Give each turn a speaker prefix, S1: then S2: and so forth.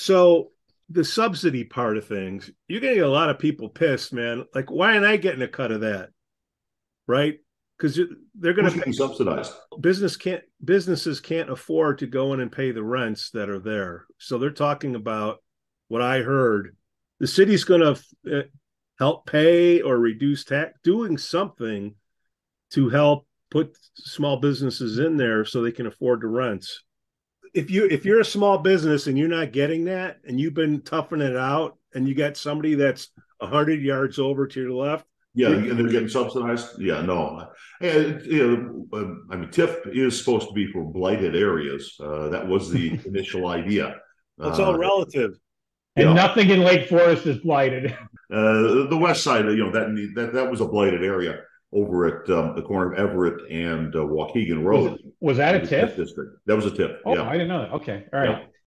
S1: So the subsidy part of things, you're getting a lot of people pissed, man. Like, why aren't I getting a cut of that? Right? Because they're going
S2: to be subsidized.
S1: Business can't businesses can't afford to go in and pay the rents that are there. So they're talking about what I heard. The city's going to uh, help pay or reduce tax, doing something to help put small businesses in there so they can afford the rents if you if you're a small business and you're not getting that and you've been toughing it out and you got somebody that's 100 yards over to your left
S2: yeah and they're getting subsidized yeah no and, you know, um, i mean tif is supposed to be for blighted areas uh, that was the initial idea
S1: it's
S2: Uh-huh.
S1: all uh, relative
S3: and you know, nothing in lake forest is blighted
S2: uh, the west side you know that that, that was a blighted area over at um, the corner of Everett and uh, Waukegan Road.
S3: Was, was that a TIF?
S2: District. That was a TIF.
S3: Oh,
S2: yeah.
S3: I didn't know that. Okay. All right.